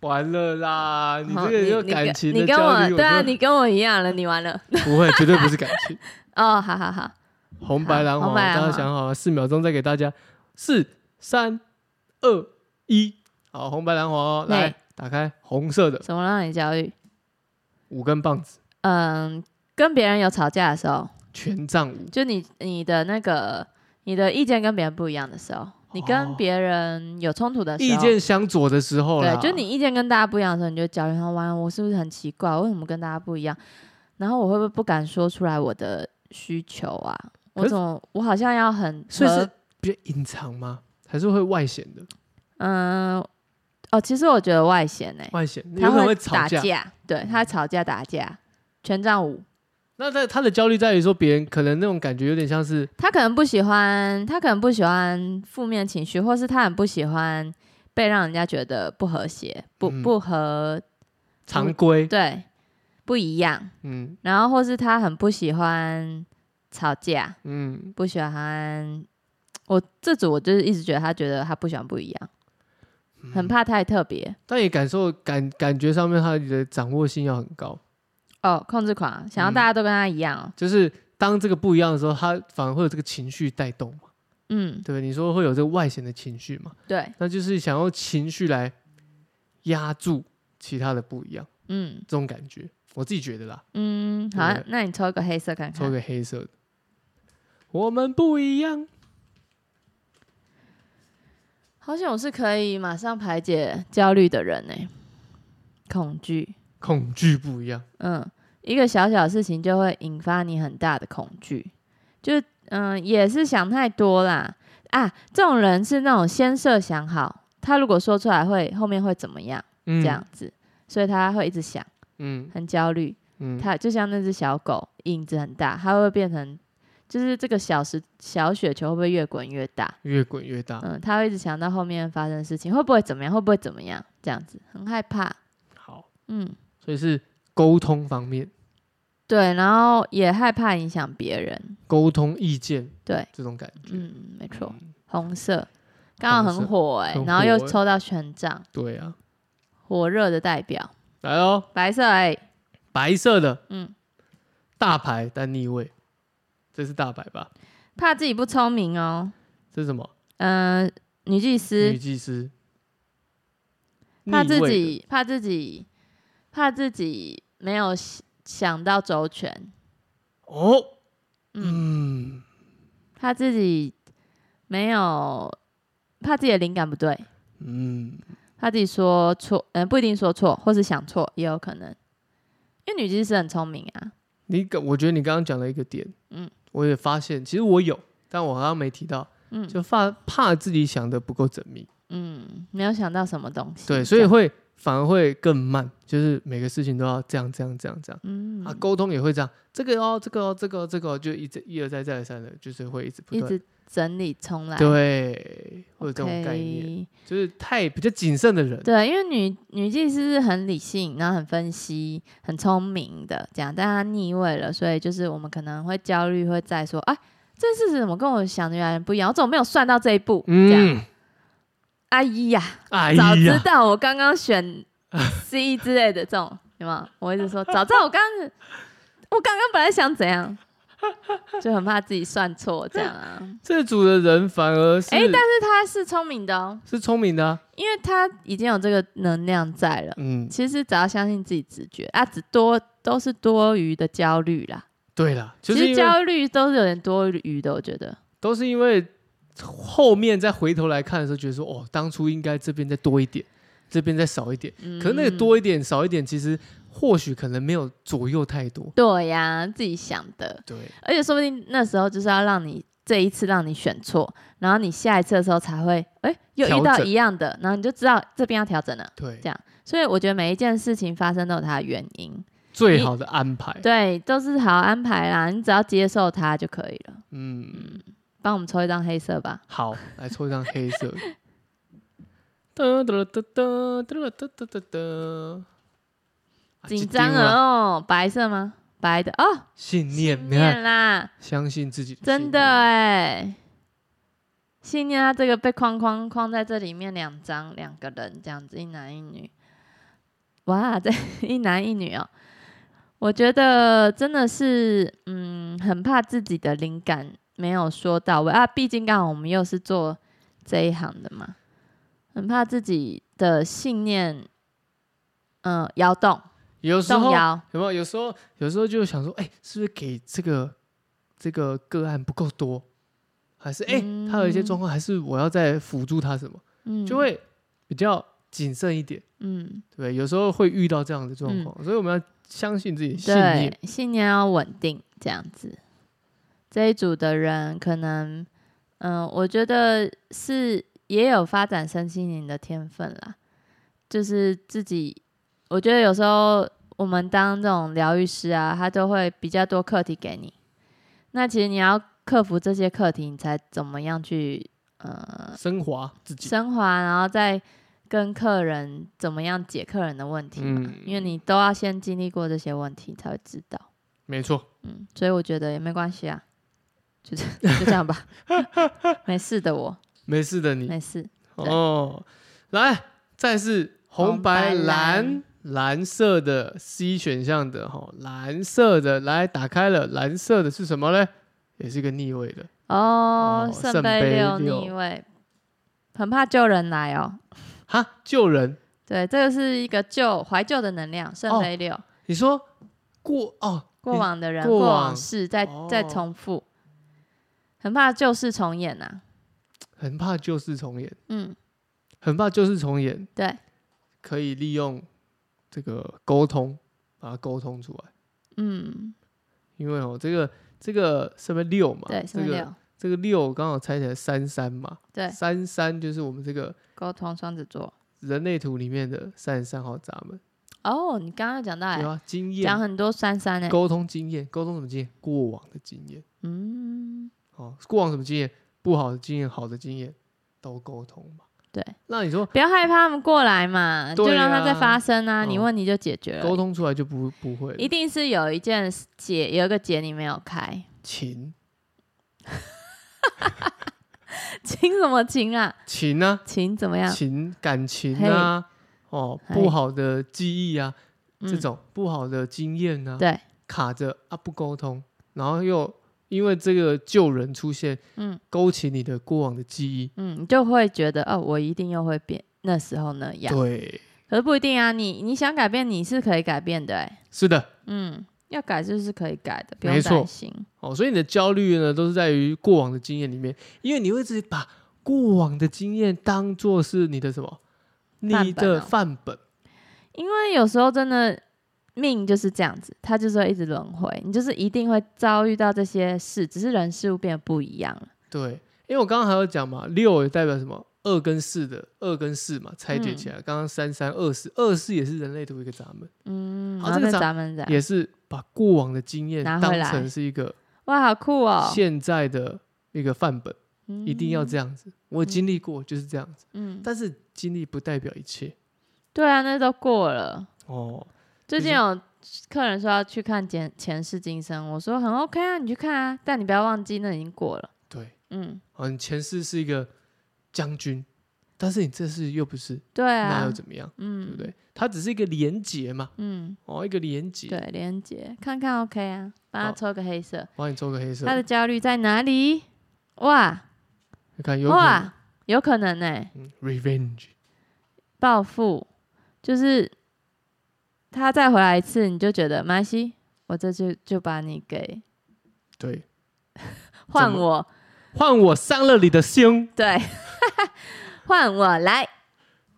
[SPEAKER 1] 完了啦，你
[SPEAKER 2] 好
[SPEAKER 1] 这个又
[SPEAKER 2] 哦你
[SPEAKER 1] 感情
[SPEAKER 2] 你
[SPEAKER 1] 的
[SPEAKER 2] 跟
[SPEAKER 1] 焦
[SPEAKER 2] 我
[SPEAKER 1] 虑，
[SPEAKER 2] 对啊，
[SPEAKER 1] 我就
[SPEAKER 2] 你跟我一样了，你完了，
[SPEAKER 1] 不会，绝对不是感情。
[SPEAKER 2] 哦，好好好，
[SPEAKER 1] [laughs] 红白蓝黄，啊
[SPEAKER 2] 红白蓝
[SPEAKER 1] 大
[SPEAKER 2] 黄啊
[SPEAKER 1] 家想好了，四秒钟再给大家，四、三、二、一，好，红白蓝黄哦，
[SPEAKER 2] 对
[SPEAKER 1] 来打开红色的
[SPEAKER 2] 什么让你焦虑？
[SPEAKER 1] 五根棒子，
[SPEAKER 2] 嗯，跟别人有吵架的时候，
[SPEAKER 1] 权杖五，
[SPEAKER 2] 就你你的那个你的意见跟别人不一样的时候，你
[SPEAKER 1] 哦
[SPEAKER 2] 跟别人有冲突的时候，
[SPEAKER 1] 意见相左的时候啦，
[SPEAKER 2] 对，就你意见跟大家不一样的时候，你就焦虑，然后完了，我是不是很奇怪？为什么跟大家不一样？然后我会不会不敢说出来我的需求啊？
[SPEAKER 1] 可
[SPEAKER 2] 我
[SPEAKER 1] 是
[SPEAKER 2] 怎么我好像要很
[SPEAKER 1] 所以是
[SPEAKER 2] 和
[SPEAKER 1] 比较隐藏吗？还是会外显的？
[SPEAKER 2] 嗯哦，其实我觉得外显哎、
[SPEAKER 1] 外显，有
[SPEAKER 2] 他
[SPEAKER 1] 可能会
[SPEAKER 2] 打
[SPEAKER 1] 吵架。嗯
[SPEAKER 2] 对他会吵架打架，权杖五，
[SPEAKER 1] 那在他的焦虑在于说，别人可能那种感觉有点像是
[SPEAKER 2] 他可能不喜欢，他可能不喜欢负面情绪，或是他很不喜欢被让人家觉得不和谐、不、
[SPEAKER 1] 嗯
[SPEAKER 2] 不合，
[SPEAKER 1] 常规，
[SPEAKER 2] 对，不一样。
[SPEAKER 1] 嗯
[SPEAKER 2] 然后或是他很不喜欢吵架，
[SPEAKER 1] 嗯，
[SPEAKER 2] 不喜欢。我这组我就是一直觉得他觉得他不喜欢不一样，
[SPEAKER 1] 嗯
[SPEAKER 2] 很怕太特别
[SPEAKER 1] 但也感受感感觉上面他的掌握性要很高，
[SPEAKER 2] 哦，控制狂想要
[SPEAKER 1] 嗯
[SPEAKER 2] 大家都跟他一样、哦，
[SPEAKER 1] 就是当这个不一样的时候，他反而会有这个情绪带动嘛，
[SPEAKER 2] 嗯，
[SPEAKER 1] 对不对？你说会有这个外显的情绪嘛，
[SPEAKER 2] 对，
[SPEAKER 1] 那就是想用情绪来压住其他的不一样，
[SPEAKER 2] 嗯
[SPEAKER 1] 这种感觉，我自己觉得啦。
[SPEAKER 2] 嗯，好
[SPEAKER 1] 对
[SPEAKER 2] 啊，那你抽一个黑色看
[SPEAKER 1] 抽
[SPEAKER 2] 看，
[SPEAKER 1] 个黑色的，我们不一样。
[SPEAKER 2] 好险我是可以马上排解焦虑的人呢、欸恐惧，
[SPEAKER 1] 恐惧不一样，
[SPEAKER 2] 嗯，一个小小的事情就会引发你很大的恐惧，就是嗯，也是想太多啦啊。这种人是那种先设想好，他如果说出来会后面会怎么样
[SPEAKER 1] 嗯
[SPEAKER 2] 这样，子，所以他会一直想，
[SPEAKER 1] 嗯
[SPEAKER 2] 很焦虑。
[SPEAKER 1] 嗯，
[SPEAKER 2] 他就像那只小狗，影子很大，它会变成就是这个小石小雪球会不会越滚越大？
[SPEAKER 1] 越滚越大。
[SPEAKER 2] 嗯，他会一直想到后面发生的事情，会不会怎么样？会不会怎么样？这样子很害怕。
[SPEAKER 1] 好，
[SPEAKER 2] 嗯，
[SPEAKER 1] 所以是沟通方面，
[SPEAKER 2] 对，然后也害怕影响别人。
[SPEAKER 1] 沟通意见
[SPEAKER 2] 对，
[SPEAKER 1] 这种感觉。
[SPEAKER 2] 嗯，没错，红色刚好
[SPEAKER 1] 红色
[SPEAKER 2] 很火哎、
[SPEAKER 1] 很
[SPEAKER 2] 然后又
[SPEAKER 1] 火欸
[SPEAKER 2] 抽到权杖，
[SPEAKER 1] 对啊，
[SPEAKER 2] 火热的代表，
[SPEAKER 1] 来哦，
[SPEAKER 2] 白色哎、
[SPEAKER 1] 白色的
[SPEAKER 2] 嗯，
[SPEAKER 1] 大牌但逆位，这是大牌吧？
[SPEAKER 2] 怕自己不聪明哦。
[SPEAKER 1] 这是什么？
[SPEAKER 2] 嗯、女祭司
[SPEAKER 1] 女祭司。
[SPEAKER 2] 怕自
[SPEAKER 1] 逆位的
[SPEAKER 2] 己，怕自己，怕自己没有想想到周全，
[SPEAKER 1] 哦，
[SPEAKER 2] 嗯，
[SPEAKER 1] 嗯，
[SPEAKER 2] 怕自己没有，怕自己的灵感不对，
[SPEAKER 1] 嗯，
[SPEAKER 2] 怕自己说错，嗯、不一定说错，或是想错也有可能，因为女技师很聪明啊，
[SPEAKER 1] 你刚我觉得你刚刚讲了一个点，嗯
[SPEAKER 2] 嗯，
[SPEAKER 1] 我也发现，其实我有，但我好像没提到，
[SPEAKER 2] 嗯
[SPEAKER 1] 就怕怕自己想的不够缜密，
[SPEAKER 2] 嗯，没有想到什么东西，
[SPEAKER 1] 对，所以
[SPEAKER 2] 这样
[SPEAKER 1] 会反而会更慢，就是每个事情都要这样这样这样这样
[SPEAKER 2] 嗯，
[SPEAKER 1] 啊，沟通也会这样，这个哦，这个哦，这个哦，这个哦，就一直一而再再而三的，就是会一直不
[SPEAKER 2] 一
[SPEAKER 1] 断，
[SPEAKER 2] 直整理重来，
[SPEAKER 1] 对，会有这
[SPEAKER 2] OK，
[SPEAKER 1] 种概念，就是太比较谨慎的人，
[SPEAKER 2] 对，因为女女技师是很理性，然后很分析、很聪明的这样，但她逆位了，所以就是我们可能会焦虑，会在说，哎，这事情怎么跟我想的原来不一样？我怎么没有算到这一步？这样，
[SPEAKER 1] 嗯，
[SPEAKER 2] 哎呀，
[SPEAKER 1] 哎
[SPEAKER 2] 早知
[SPEAKER 1] 呀，
[SPEAKER 2] 道我刚刚选 C 之类的这种，有没有？我一直说，早知道我刚刚，我刚刚本来想怎样，就很怕自己算错这样啊。
[SPEAKER 1] 这组的人反而是
[SPEAKER 2] 哎但是她是聪明的哦，
[SPEAKER 1] 是聪明的啊，
[SPEAKER 2] 因为她已经有这个能量在了。
[SPEAKER 1] 嗯，
[SPEAKER 2] 其实只要相信自己直觉啊，只多都是多余的焦虑啦。
[SPEAKER 1] 对啦，就
[SPEAKER 2] 其
[SPEAKER 1] 是
[SPEAKER 2] 实
[SPEAKER 1] 因为
[SPEAKER 2] 焦虑都是有点多余的，我觉得。
[SPEAKER 1] 都是因为后面再回头来看的时候，觉得说哦，当初应该这边再多一点，这边再少一点。
[SPEAKER 2] 嗯
[SPEAKER 1] 可是那个多一点、少一点，其实或许可能没有左右太多。
[SPEAKER 2] 对呀，自己想的，
[SPEAKER 1] 对，
[SPEAKER 2] 而且说不定那时候就是要让你这一次让你选错，然后你下一次的时候才会哎又
[SPEAKER 1] 调
[SPEAKER 2] 遇到
[SPEAKER 1] 整
[SPEAKER 2] 一样的，然后你就知道这边要调整了。
[SPEAKER 1] 对
[SPEAKER 2] 这，样所以我觉得每一件事情发生都有它的原因，
[SPEAKER 1] 最好的安排。
[SPEAKER 2] 对，都是好好安排啦，你只要接受它就可以了。
[SPEAKER 1] 嗯，
[SPEAKER 2] 帮我们抽一张黑色吧，
[SPEAKER 1] 好，来抽一张黑色的。 [laughs] 哒哒哒哒哒哒哒哒哒。啊
[SPEAKER 2] 紧
[SPEAKER 1] 这
[SPEAKER 2] 张
[SPEAKER 1] 丢了
[SPEAKER 2] 了哦，白色吗？白的哦，
[SPEAKER 1] 信念，你看，
[SPEAKER 2] 念啦，
[SPEAKER 1] 相信自己，
[SPEAKER 2] 真的，
[SPEAKER 1] 啊
[SPEAKER 2] 哎，信念他这个被框框框在这里面两张两个人这样子，一男一女，哇，这 [laughs] 一男一女哦，我觉得真的是，嗯，很怕自己的灵感没有说到位啊，毕竟刚好我们又是做这一行的嘛，很怕自己的信念，嗯、摇动
[SPEAKER 1] 有时
[SPEAKER 2] 动
[SPEAKER 1] 候
[SPEAKER 2] 摇，
[SPEAKER 1] 有没有？有时候，有时候就想说，哎、是不是给这个这个个案不够多，还是哎、
[SPEAKER 2] 嗯
[SPEAKER 1] 他有一些状况，还是我要再辅助他什么，
[SPEAKER 2] 嗯，
[SPEAKER 1] 就会比较谨慎一点，
[SPEAKER 2] 嗯。
[SPEAKER 1] 对不对？有时候会遇到这样的状况，所以我们要相信自己的信念
[SPEAKER 2] 对，，信念要稳定，这样子。这一组的人可能，嗯、我觉得是也有发展身心灵的天分啦，就是自己，我觉得有时候我们当这种疗愈师啊，他都会比较多课题给你。那其实你要克服这些课题，你才怎么样去呃
[SPEAKER 1] 升华自己，
[SPEAKER 2] 升华，然后再跟客人怎么样解客人的问题嘛？
[SPEAKER 1] 嗯
[SPEAKER 2] 因为你都要先经历过这些问题才会知道。
[SPEAKER 1] 没错，
[SPEAKER 2] 嗯，所以我觉得也没关系啊，就这 [laughs] 就这样吧，没事的我，
[SPEAKER 1] 没事的你
[SPEAKER 2] 没事。对
[SPEAKER 1] 哦。来，再是红
[SPEAKER 2] 红
[SPEAKER 1] 白
[SPEAKER 2] 白
[SPEAKER 1] 蓝
[SPEAKER 2] 蓝
[SPEAKER 1] 蓝色的 C 选项的哈，蓝色的来打开了，蓝色的是什么嘞？也是个逆位的，
[SPEAKER 2] 哦
[SPEAKER 1] 哦，圣
[SPEAKER 2] 圣
[SPEAKER 1] 杯
[SPEAKER 2] 杯六
[SPEAKER 1] 六
[SPEAKER 2] 逆位，很怕救人来哦。
[SPEAKER 1] 哈，救人。
[SPEAKER 2] 对，这个是一个旧怀旧的能量，圣杯六，
[SPEAKER 1] 你说过哦，
[SPEAKER 2] 过往的人、
[SPEAKER 1] 过
[SPEAKER 2] 过
[SPEAKER 1] 往
[SPEAKER 2] 往事再再
[SPEAKER 1] 哦
[SPEAKER 2] 重复，很怕旧事重演呐、
[SPEAKER 1] 很怕旧事重演，
[SPEAKER 2] 嗯，
[SPEAKER 1] 很怕旧事重演，
[SPEAKER 2] 对，
[SPEAKER 1] 可以利用这个沟通把它沟通出来，
[SPEAKER 2] 嗯，
[SPEAKER 1] 因为哦，这个这个是不是六嘛？
[SPEAKER 2] 对，
[SPEAKER 1] 这
[SPEAKER 2] 圣杯
[SPEAKER 1] 个
[SPEAKER 2] 六，
[SPEAKER 1] 这个六刚好猜起来三三嘛，
[SPEAKER 2] 对
[SPEAKER 1] 三三就是我们这个
[SPEAKER 2] 沟通双子座。
[SPEAKER 1] 人类图里面的三十三号闸门，
[SPEAKER 2] 哦，你刚刚有讲到、
[SPEAKER 1] 对
[SPEAKER 2] 欸，
[SPEAKER 1] 啊，经
[SPEAKER 2] 讲
[SPEAKER 1] 验、
[SPEAKER 2] 很多三三哎、
[SPEAKER 1] 沟通经验、沟通什么经验？过往的经验
[SPEAKER 2] 嗯，
[SPEAKER 1] 哦，过往什么经验？不好的经验、好的经验都沟通嘛。
[SPEAKER 2] 对，
[SPEAKER 1] 那你说
[SPEAKER 2] 不要害怕他们过来嘛，就
[SPEAKER 1] 对
[SPEAKER 2] 让它再
[SPEAKER 1] 啊
[SPEAKER 2] 发生啊，你
[SPEAKER 1] 嗯
[SPEAKER 2] 问题就解决了。
[SPEAKER 1] 沟通出来就不不会了
[SPEAKER 2] 一定是有一件结，有一个结你没有开， [laughs]
[SPEAKER 1] 情
[SPEAKER 2] 情什么情啊？
[SPEAKER 1] 情呢、
[SPEAKER 2] 情怎么样？
[SPEAKER 1] 情感情
[SPEAKER 2] 啊嘿
[SPEAKER 1] 啊，哦，不
[SPEAKER 2] 嘿
[SPEAKER 1] 好的记忆啊，这
[SPEAKER 2] 嗯
[SPEAKER 1] 种不好的经验啊，
[SPEAKER 2] 对，
[SPEAKER 1] 卡着啊不沟通，然后又因为这个旧人出现，
[SPEAKER 2] 嗯
[SPEAKER 1] 勾起你的过往的记忆，
[SPEAKER 2] 嗯，你就会觉得哦，我一定又会变那时候那样。
[SPEAKER 1] 对，
[SPEAKER 2] 可是不一定啊，你你想改变你是可以改变的、欸，
[SPEAKER 1] 是的，
[SPEAKER 2] 嗯，要改就是可以改的，不
[SPEAKER 1] 没
[SPEAKER 2] 用
[SPEAKER 1] 错
[SPEAKER 2] 担心。
[SPEAKER 1] 哦，所以你的焦虑呢，都是在于过往的经验里面，因为你会自己把过往的经验当做是你的什么，
[SPEAKER 2] 范
[SPEAKER 1] 你
[SPEAKER 2] 本
[SPEAKER 1] 的
[SPEAKER 2] 哦
[SPEAKER 1] 范本，
[SPEAKER 2] 因为有时候真的命就是这样子，它就是会一直轮回，你就是一定会遭遇到这些事，只是人事物变得不一样了。
[SPEAKER 1] 对，因为我刚刚还有讲嘛，六也代表什么？二跟四的二跟四嘛，拆解起来，刚刚三三二四，二四也是人类图一个闸门，
[SPEAKER 2] 嗯，
[SPEAKER 1] 好
[SPEAKER 2] 然
[SPEAKER 1] 哦
[SPEAKER 2] 后
[SPEAKER 1] 这个
[SPEAKER 2] 那
[SPEAKER 1] 咱
[SPEAKER 2] 咱们这样，
[SPEAKER 1] 也是把过往的经验
[SPEAKER 2] 拿
[SPEAKER 1] 当
[SPEAKER 2] 回来
[SPEAKER 1] 成是一个
[SPEAKER 2] 哇，好酷哦！
[SPEAKER 1] 现在的一个范本，一定要
[SPEAKER 2] 样。
[SPEAKER 1] 这样子。我经历过就是这样子，
[SPEAKER 2] 嗯，
[SPEAKER 1] 但是经历不代表一切
[SPEAKER 2] 对啊，那都过了。
[SPEAKER 1] 哦。
[SPEAKER 2] 最
[SPEAKER 1] 你
[SPEAKER 2] 近有客人说要去看前前世今生，我说很 OK 啊，你去看啊，但你不要忘记那已经过了。
[SPEAKER 1] 对，
[SPEAKER 2] 嗯，
[SPEAKER 1] 啊，你前世是一个将军，但是你这世又不是，
[SPEAKER 2] 对
[SPEAKER 1] 那
[SPEAKER 2] 啊
[SPEAKER 1] 又，怎么样？
[SPEAKER 2] 嗯，
[SPEAKER 1] 对不对？它只是一个连结嘛，
[SPEAKER 2] 嗯，
[SPEAKER 1] 哦，一个连结
[SPEAKER 2] 对，，连接看看 OK 啊，帮
[SPEAKER 1] 好
[SPEAKER 2] 他抽个黑色。
[SPEAKER 1] 帮你抽个黑色
[SPEAKER 2] 他，的焦虑在哪里？哇
[SPEAKER 1] 你看有可能
[SPEAKER 2] 哇，有可能呢、
[SPEAKER 1] 嗯，revenge，
[SPEAKER 2] 报复就是他再回来一次，你就觉得没关系，我这就就把你给
[SPEAKER 1] 对，
[SPEAKER 2] 换
[SPEAKER 1] 怎么
[SPEAKER 2] 我，
[SPEAKER 1] 换我伤了你的心
[SPEAKER 2] 对， [laughs] 换我来。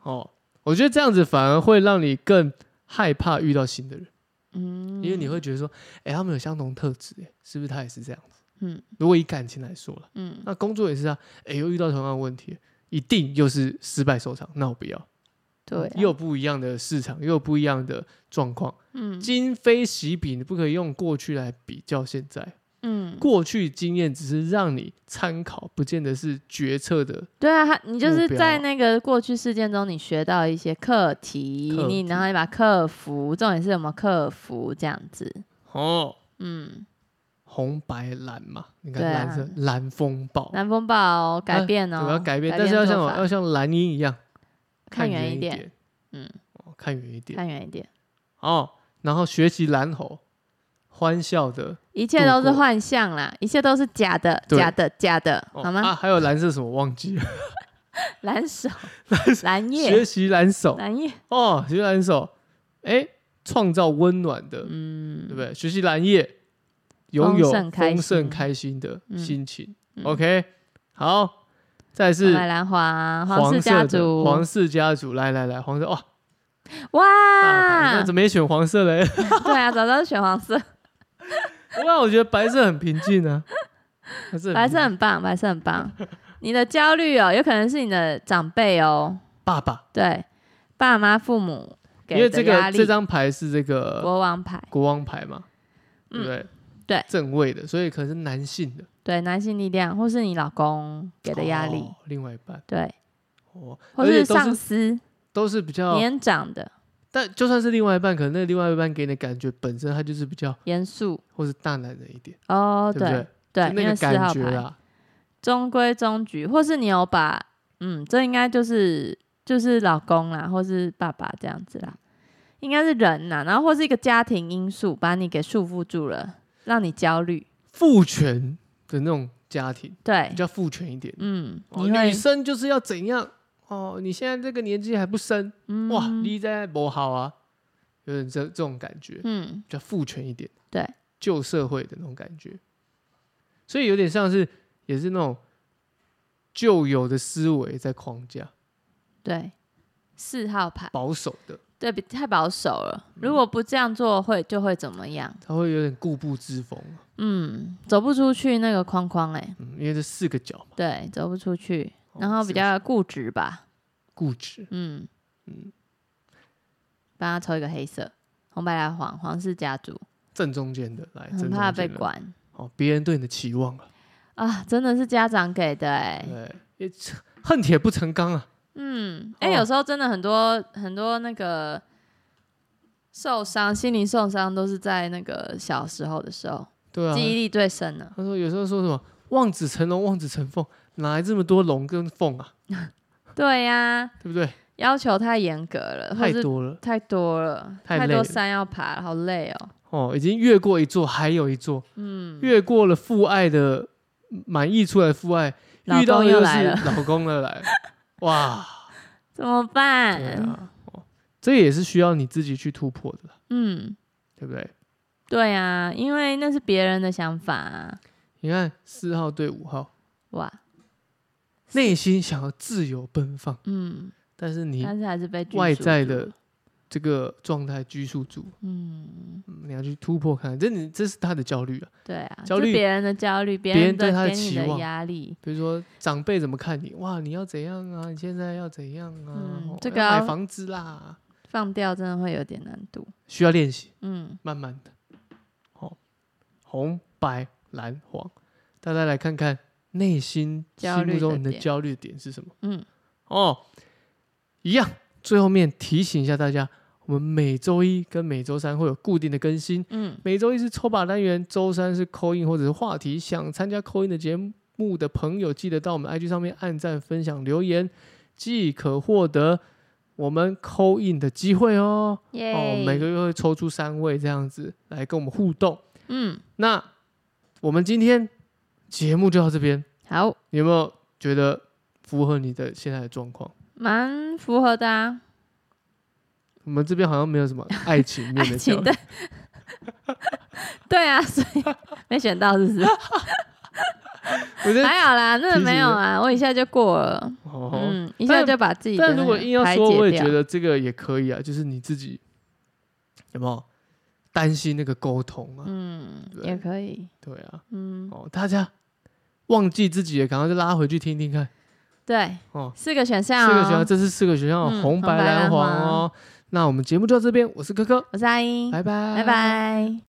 [SPEAKER 1] 哦。我觉得这样子反而会让你更害怕遇到新的人，
[SPEAKER 2] 嗯，
[SPEAKER 1] 因为你会觉得说，哎、他们有相同特质，哎，是不是他也是这样子？
[SPEAKER 2] 嗯
[SPEAKER 1] 如果以感情来说了，
[SPEAKER 2] 嗯，
[SPEAKER 1] 那工作也是啊，哎、又遇到同样的问题，一定又是失败收场，那我不要，
[SPEAKER 2] 对啊、
[SPEAKER 1] 又有不一样的市场，又有不一样的状况，
[SPEAKER 2] 嗯
[SPEAKER 1] 今非昔比，你不可以用过去来比较现在，
[SPEAKER 2] 嗯，
[SPEAKER 1] 过去经验只是让你参考，不见得是决策的
[SPEAKER 2] 对啊，他你就
[SPEAKER 1] 目
[SPEAKER 2] 是
[SPEAKER 1] 标
[SPEAKER 2] 在那个过去事件中，你学到一些课题，
[SPEAKER 1] 课
[SPEAKER 2] 你
[SPEAKER 1] 题
[SPEAKER 2] 然后你把克服，重点是有没有克服这样子。
[SPEAKER 1] 哦。
[SPEAKER 2] 嗯，
[SPEAKER 1] 红白蓝嘛，你看
[SPEAKER 2] 对啊
[SPEAKER 1] 蓝色蓝风暴，
[SPEAKER 2] 南风暴哦改
[SPEAKER 1] 啊
[SPEAKER 2] 变
[SPEAKER 1] 对
[SPEAKER 2] 哦，
[SPEAKER 1] 吧？要改变，但是要像
[SPEAKER 2] 做
[SPEAKER 1] 我
[SPEAKER 2] 法
[SPEAKER 1] 要像蓝鹰一样，
[SPEAKER 2] 看远
[SPEAKER 1] 远
[SPEAKER 2] 一点
[SPEAKER 1] 点，
[SPEAKER 2] 嗯
[SPEAKER 1] 哦，看远一点
[SPEAKER 2] 看远一点，
[SPEAKER 1] 哦，然后学习蓝猴，欢笑的，
[SPEAKER 2] 一切都
[SPEAKER 1] 度
[SPEAKER 2] 是
[SPEAKER 1] 过
[SPEAKER 2] 幻象啦，一切都是假的，
[SPEAKER 1] 对
[SPEAKER 2] 假的，假的，
[SPEAKER 1] 哦
[SPEAKER 2] 好吗？
[SPEAKER 1] 啊，还有蓝色什么忘记了？
[SPEAKER 2] 蓝手
[SPEAKER 1] [laughs] 蓝、
[SPEAKER 2] 蓝
[SPEAKER 1] 学
[SPEAKER 2] 叶、
[SPEAKER 1] 习蓝手
[SPEAKER 2] 蓝叶，
[SPEAKER 1] 哦，学习蓝手，哎，创造温暖的，
[SPEAKER 2] 嗯，
[SPEAKER 1] 对不对？学习蓝叶，拥
[SPEAKER 2] 丰
[SPEAKER 1] 有
[SPEAKER 2] 盛开
[SPEAKER 1] 丰盛
[SPEAKER 2] 心
[SPEAKER 1] 开心的心情。
[SPEAKER 2] 嗯
[SPEAKER 1] OK，好，再来
[SPEAKER 2] 红
[SPEAKER 1] 是
[SPEAKER 2] 白蓝黄
[SPEAKER 1] 黄
[SPEAKER 2] 氏
[SPEAKER 1] 色
[SPEAKER 2] 家
[SPEAKER 1] 的
[SPEAKER 2] 族，
[SPEAKER 1] 皇室家族，来来来，黄色哇，大牌
[SPEAKER 2] 啊哇
[SPEAKER 1] 那，怎么也选黄色嘞？ [laughs]
[SPEAKER 2] 对啊，早知道就选黄色，
[SPEAKER 1] 哇，我觉得白色很平静
[SPEAKER 2] [laughs]
[SPEAKER 1] 啊，白色
[SPEAKER 2] 白色
[SPEAKER 1] 平静
[SPEAKER 2] 很棒，白色很棒。你的焦虑哦，有可能是你的长辈哦，
[SPEAKER 1] 爸爸
[SPEAKER 2] 对，爸妈、父母
[SPEAKER 1] 因为
[SPEAKER 2] 给
[SPEAKER 1] 这
[SPEAKER 2] 的
[SPEAKER 1] 个
[SPEAKER 2] 压
[SPEAKER 1] 这
[SPEAKER 2] 力。
[SPEAKER 1] 张呃牌是这个
[SPEAKER 2] 国王牌，
[SPEAKER 1] 国王牌嘛，对
[SPEAKER 2] 嗯
[SPEAKER 1] 不对？
[SPEAKER 2] 对
[SPEAKER 1] 正位的，所以可能是男性的
[SPEAKER 2] 对男性力量，或是你老公给的压力，
[SPEAKER 1] 哦另外一半
[SPEAKER 2] 对，
[SPEAKER 1] 哦，
[SPEAKER 2] 或
[SPEAKER 1] 而且都
[SPEAKER 2] 上
[SPEAKER 1] 是哦
[SPEAKER 2] 司、
[SPEAKER 1] 都是比较，
[SPEAKER 2] 年长的、
[SPEAKER 1] 但就算是另外一半，可能那个另外一半给你的感觉本身他就是比较
[SPEAKER 2] 严肃
[SPEAKER 1] 或是大男人一点，
[SPEAKER 2] 哦，
[SPEAKER 1] 对不对？
[SPEAKER 2] 对，
[SPEAKER 1] 就
[SPEAKER 2] 因
[SPEAKER 1] 那
[SPEAKER 2] 为
[SPEAKER 1] 个
[SPEAKER 2] 四
[SPEAKER 1] 感
[SPEAKER 2] 号
[SPEAKER 1] 觉啊
[SPEAKER 2] 牌
[SPEAKER 1] 啦，
[SPEAKER 2] 中规中矩，或是你有把嗯，这应该就是就是老公啦，或是爸爸这样子啦，应该是人呐，然后或是一个家庭因素把你给束缚住了，让你焦虑，
[SPEAKER 1] 父权的那种家庭
[SPEAKER 2] 对
[SPEAKER 1] 比，较父权一点。
[SPEAKER 2] 嗯，
[SPEAKER 1] 哦，
[SPEAKER 2] 你
[SPEAKER 1] 女
[SPEAKER 2] 会
[SPEAKER 1] 生就是要怎样？哦，你现在这个年纪还不生，
[SPEAKER 2] 嗯
[SPEAKER 1] 哇，你在不好啊，有点这这种感觉，比
[SPEAKER 2] 嗯
[SPEAKER 1] 较父权一点，
[SPEAKER 2] 对，
[SPEAKER 1] 旧社会的那种感觉，所以有点像是也是那种旧有的思维在框架，
[SPEAKER 2] 对，四号牌。
[SPEAKER 1] 保守的，
[SPEAKER 2] 对比太保守了。
[SPEAKER 1] 嗯
[SPEAKER 2] 如果不这样做会，就会怎么样？
[SPEAKER 1] 他会有点固步自封，
[SPEAKER 2] 嗯，走不出去那个框框哎、
[SPEAKER 1] 嗯，因为这四个角嘛，
[SPEAKER 2] 对，走不出去，
[SPEAKER 1] 哦
[SPEAKER 2] 然后
[SPEAKER 1] 四
[SPEAKER 2] 比
[SPEAKER 1] 个角
[SPEAKER 2] 较固执吧，
[SPEAKER 1] 固执，
[SPEAKER 2] 嗯
[SPEAKER 1] 嗯，
[SPEAKER 2] 帮他抽一个黑色，红白蓝黄，皇室家族，
[SPEAKER 1] 正中间哎的来，
[SPEAKER 2] 很
[SPEAKER 1] 正
[SPEAKER 2] 怕
[SPEAKER 1] 中
[SPEAKER 2] 被
[SPEAKER 1] 间的，
[SPEAKER 2] 管
[SPEAKER 1] 哦，别人对你的期望啊，
[SPEAKER 2] 啊，真的是家长给的哎、
[SPEAKER 1] 对，也恨铁不成钢啊，
[SPEAKER 2] 嗯，哎、
[SPEAKER 1] 哦
[SPEAKER 2] 有时候真的很多很多那个受伤，心灵受伤都是在那个小时候的时候，
[SPEAKER 1] 对啊，
[SPEAKER 2] 记忆力最深了。
[SPEAKER 1] 他说有时候说什么望子成龙、望子成凤，哪来这么多龙跟凤啊？
[SPEAKER 2] 对呀、
[SPEAKER 1] 对不对？
[SPEAKER 2] 要求太严格了，或
[SPEAKER 1] 太
[SPEAKER 2] 是
[SPEAKER 1] 多了
[SPEAKER 2] 太多了，
[SPEAKER 1] 太累
[SPEAKER 2] 多
[SPEAKER 1] 了
[SPEAKER 2] 山要爬了，好累哦。
[SPEAKER 1] 哦，已经越过一座还有一座，
[SPEAKER 2] 嗯，
[SPEAKER 1] 越过了父爱的满溢出来的父爱，
[SPEAKER 2] 老
[SPEAKER 1] 遇到
[SPEAKER 2] 公
[SPEAKER 1] 的
[SPEAKER 2] 又
[SPEAKER 1] 又
[SPEAKER 2] 来了，
[SPEAKER 1] 是老公又来了，
[SPEAKER 2] [laughs]
[SPEAKER 1] 哇，
[SPEAKER 2] 怎么
[SPEAKER 1] 对
[SPEAKER 2] 办？
[SPEAKER 1] 啊，哦，这也是需要你自己去突破的啦，
[SPEAKER 2] 嗯，
[SPEAKER 1] 对不对？
[SPEAKER 2] 对啊，因为那是别人的想法、啊。
[SPEAKER 1] 你看四号对五号，
[SPEAKER 2] 哇，
[SPEAKER 1] 内心想要自由奔放，
[SPEAKER 2] 嗯，
[SPEAKER 1] 但是你
[SPEAKER 2] 但是还是被拘束
[SPEAKER 1] 外在
[SPEAKER 2] 住
[SPEAKER 1] 的，这个状态拘束住，
[SPEAKER 2] 嗯，
[SPEAKER 1] 嗯你要去突破看看，这你这是他的焦虑啊。
[SPEAKER 2] 对啊，
[SPEAKER 1] 焦
[SPEAKER 2] 就
[SPEAKER 1] 虑
[SPEAKER 2] 别人的焦虑，别
[SPEAKER 1] 别
[SPEAKER 2] 人
[SPEAKER 1] 人对他
[SPEAKER 2] 的
[SPEAKER 1] 的
[SPEAKER 2] 给你
[SPEAKER 1] 期
[SPEAKER 2] 的
[SPEAKER 1] 望
[SPEAKER 2] 压力，
[SPEAKER 1] 比如说长辈怎么看你，哇，你要怎样啊？你现在要怎样啊？
[SPEAKER 2] 嗯
[SPEAKER 1] 哦
[SPEAKER 2] 这个
[SPEAKER 1] 要
[SPEAKER 2] 要
[SPEAKER 1] 买房子啦，
[SPEAKER 2] 放掉真的会有点难度。
[SPEAKER 1] 需要练习，
[SPEAKER 2] 嗯，
[SPEAKER 1] 慢慢的。哦，红白蓝黄，大家来看看内心
[SPEAKER 2] 焦
[SPEAKER 1] 心
[SPEAKER 2] 虑的
[SPEAKER 1] 目中你的
[SPEAKER 2] 点
[SPEAKER 1] 焦虑点是什么？
[SPEAKER 2] 嗯，
[SPEAKER 1] 哦，一样。最后面提醒一下大家，我们每周一跟每周三会有固定的更新。
[SPEAKER 2] 嗯，
[SPEAKER 1] 每周一是抽把单元，周三是扣印或者是话题。想参加扣印的节目的朋友，记得到我们 IG 上面按赞、分享、留言，即可获得我们扣印的机会哦。
[SPEAKER 2] 耶、
[SPEAKER 1] 哦，每个月会抽出三位这样子来跟我们互动。
[SPEAKER 2] 嗯，
[SPEAKER 1] 那我们今天节目就到这边，
[SPEAKER 2] 好，
[SPEAKER 1] 你有没有觉得符合你的现在的状况？
[SPEAKER 2] 蛮符合的啊，
[SPEAKER 1] 我们这边好像没有什么爱情面的
[SPEAKER 2] 爱
[SPEAKER 1] 交
[SPEAKER 2] 情
[SPEAKER 1] 流
[SPEAKER 2] 的， [laughs] 对啊，所
[SPEAKER 1] [laughs]
[SPEAKER 2] 以没选到是不是？
[SPEAKER 1] 我觉得
[SPEAKER 2] 还好啦，那个
[SPEAKER 1] 提
[SPEAKER 2] 没
[SPEAKER 1] 醒
[SPEAKER 2] 有
[SPEAKER 1] 了
[SPEAKER 2] 啊，我一下就过了，
[SPEAKER 1] 哦。
[SPEAKER 2] 嗯，一下就把自己的
[SPEAKER 1] 但如果
[SPEAKER 2] 那个
[SPEAKER 1] 硬要
[SPEAKER 2] 排
[SPEAKER 1] 说，
[SPEAKER 2] 解
[SPEAKER 1] 我也
[SPEAKER 2] 掉
[SPEAKER 1] 觉得这个也可以啊，就是你自己有没有担心那个沟通啊？
[SPEAKER 2] 嗯，
[SPEAKER 1] 对
[SPEAKER 2] 也可以，
[SPEAKER 1] 对啊，
[SPEAKER 2] 嗯，
[SPEAKER 1] 哦，大家忘记自己也赶快就拉回去听听看
[SPEAKER 2] 对，
[SPEAKER 1] 哦。
[SPEAKER 2] 四个选项、
[SPEAKER 1] 四
[SPEAKER 2] 哦，
[SPEAKER 1] 个学校，这是四个学校，红
[SPEAKER 2] 嗯红白
[SPEAKER 1] 白蓝
[SPEAKER 2] 蓝
[SPEAKER 1] 黄
[SPEAKER 2] 黄
[SPEAKER 1] 哦。那我们节目就到这边，我是柯柯，
[SPEAKER 2] 我是阿英，
[SPEAKER 1] 拜拜，
[SPEAKER 2] 拜拜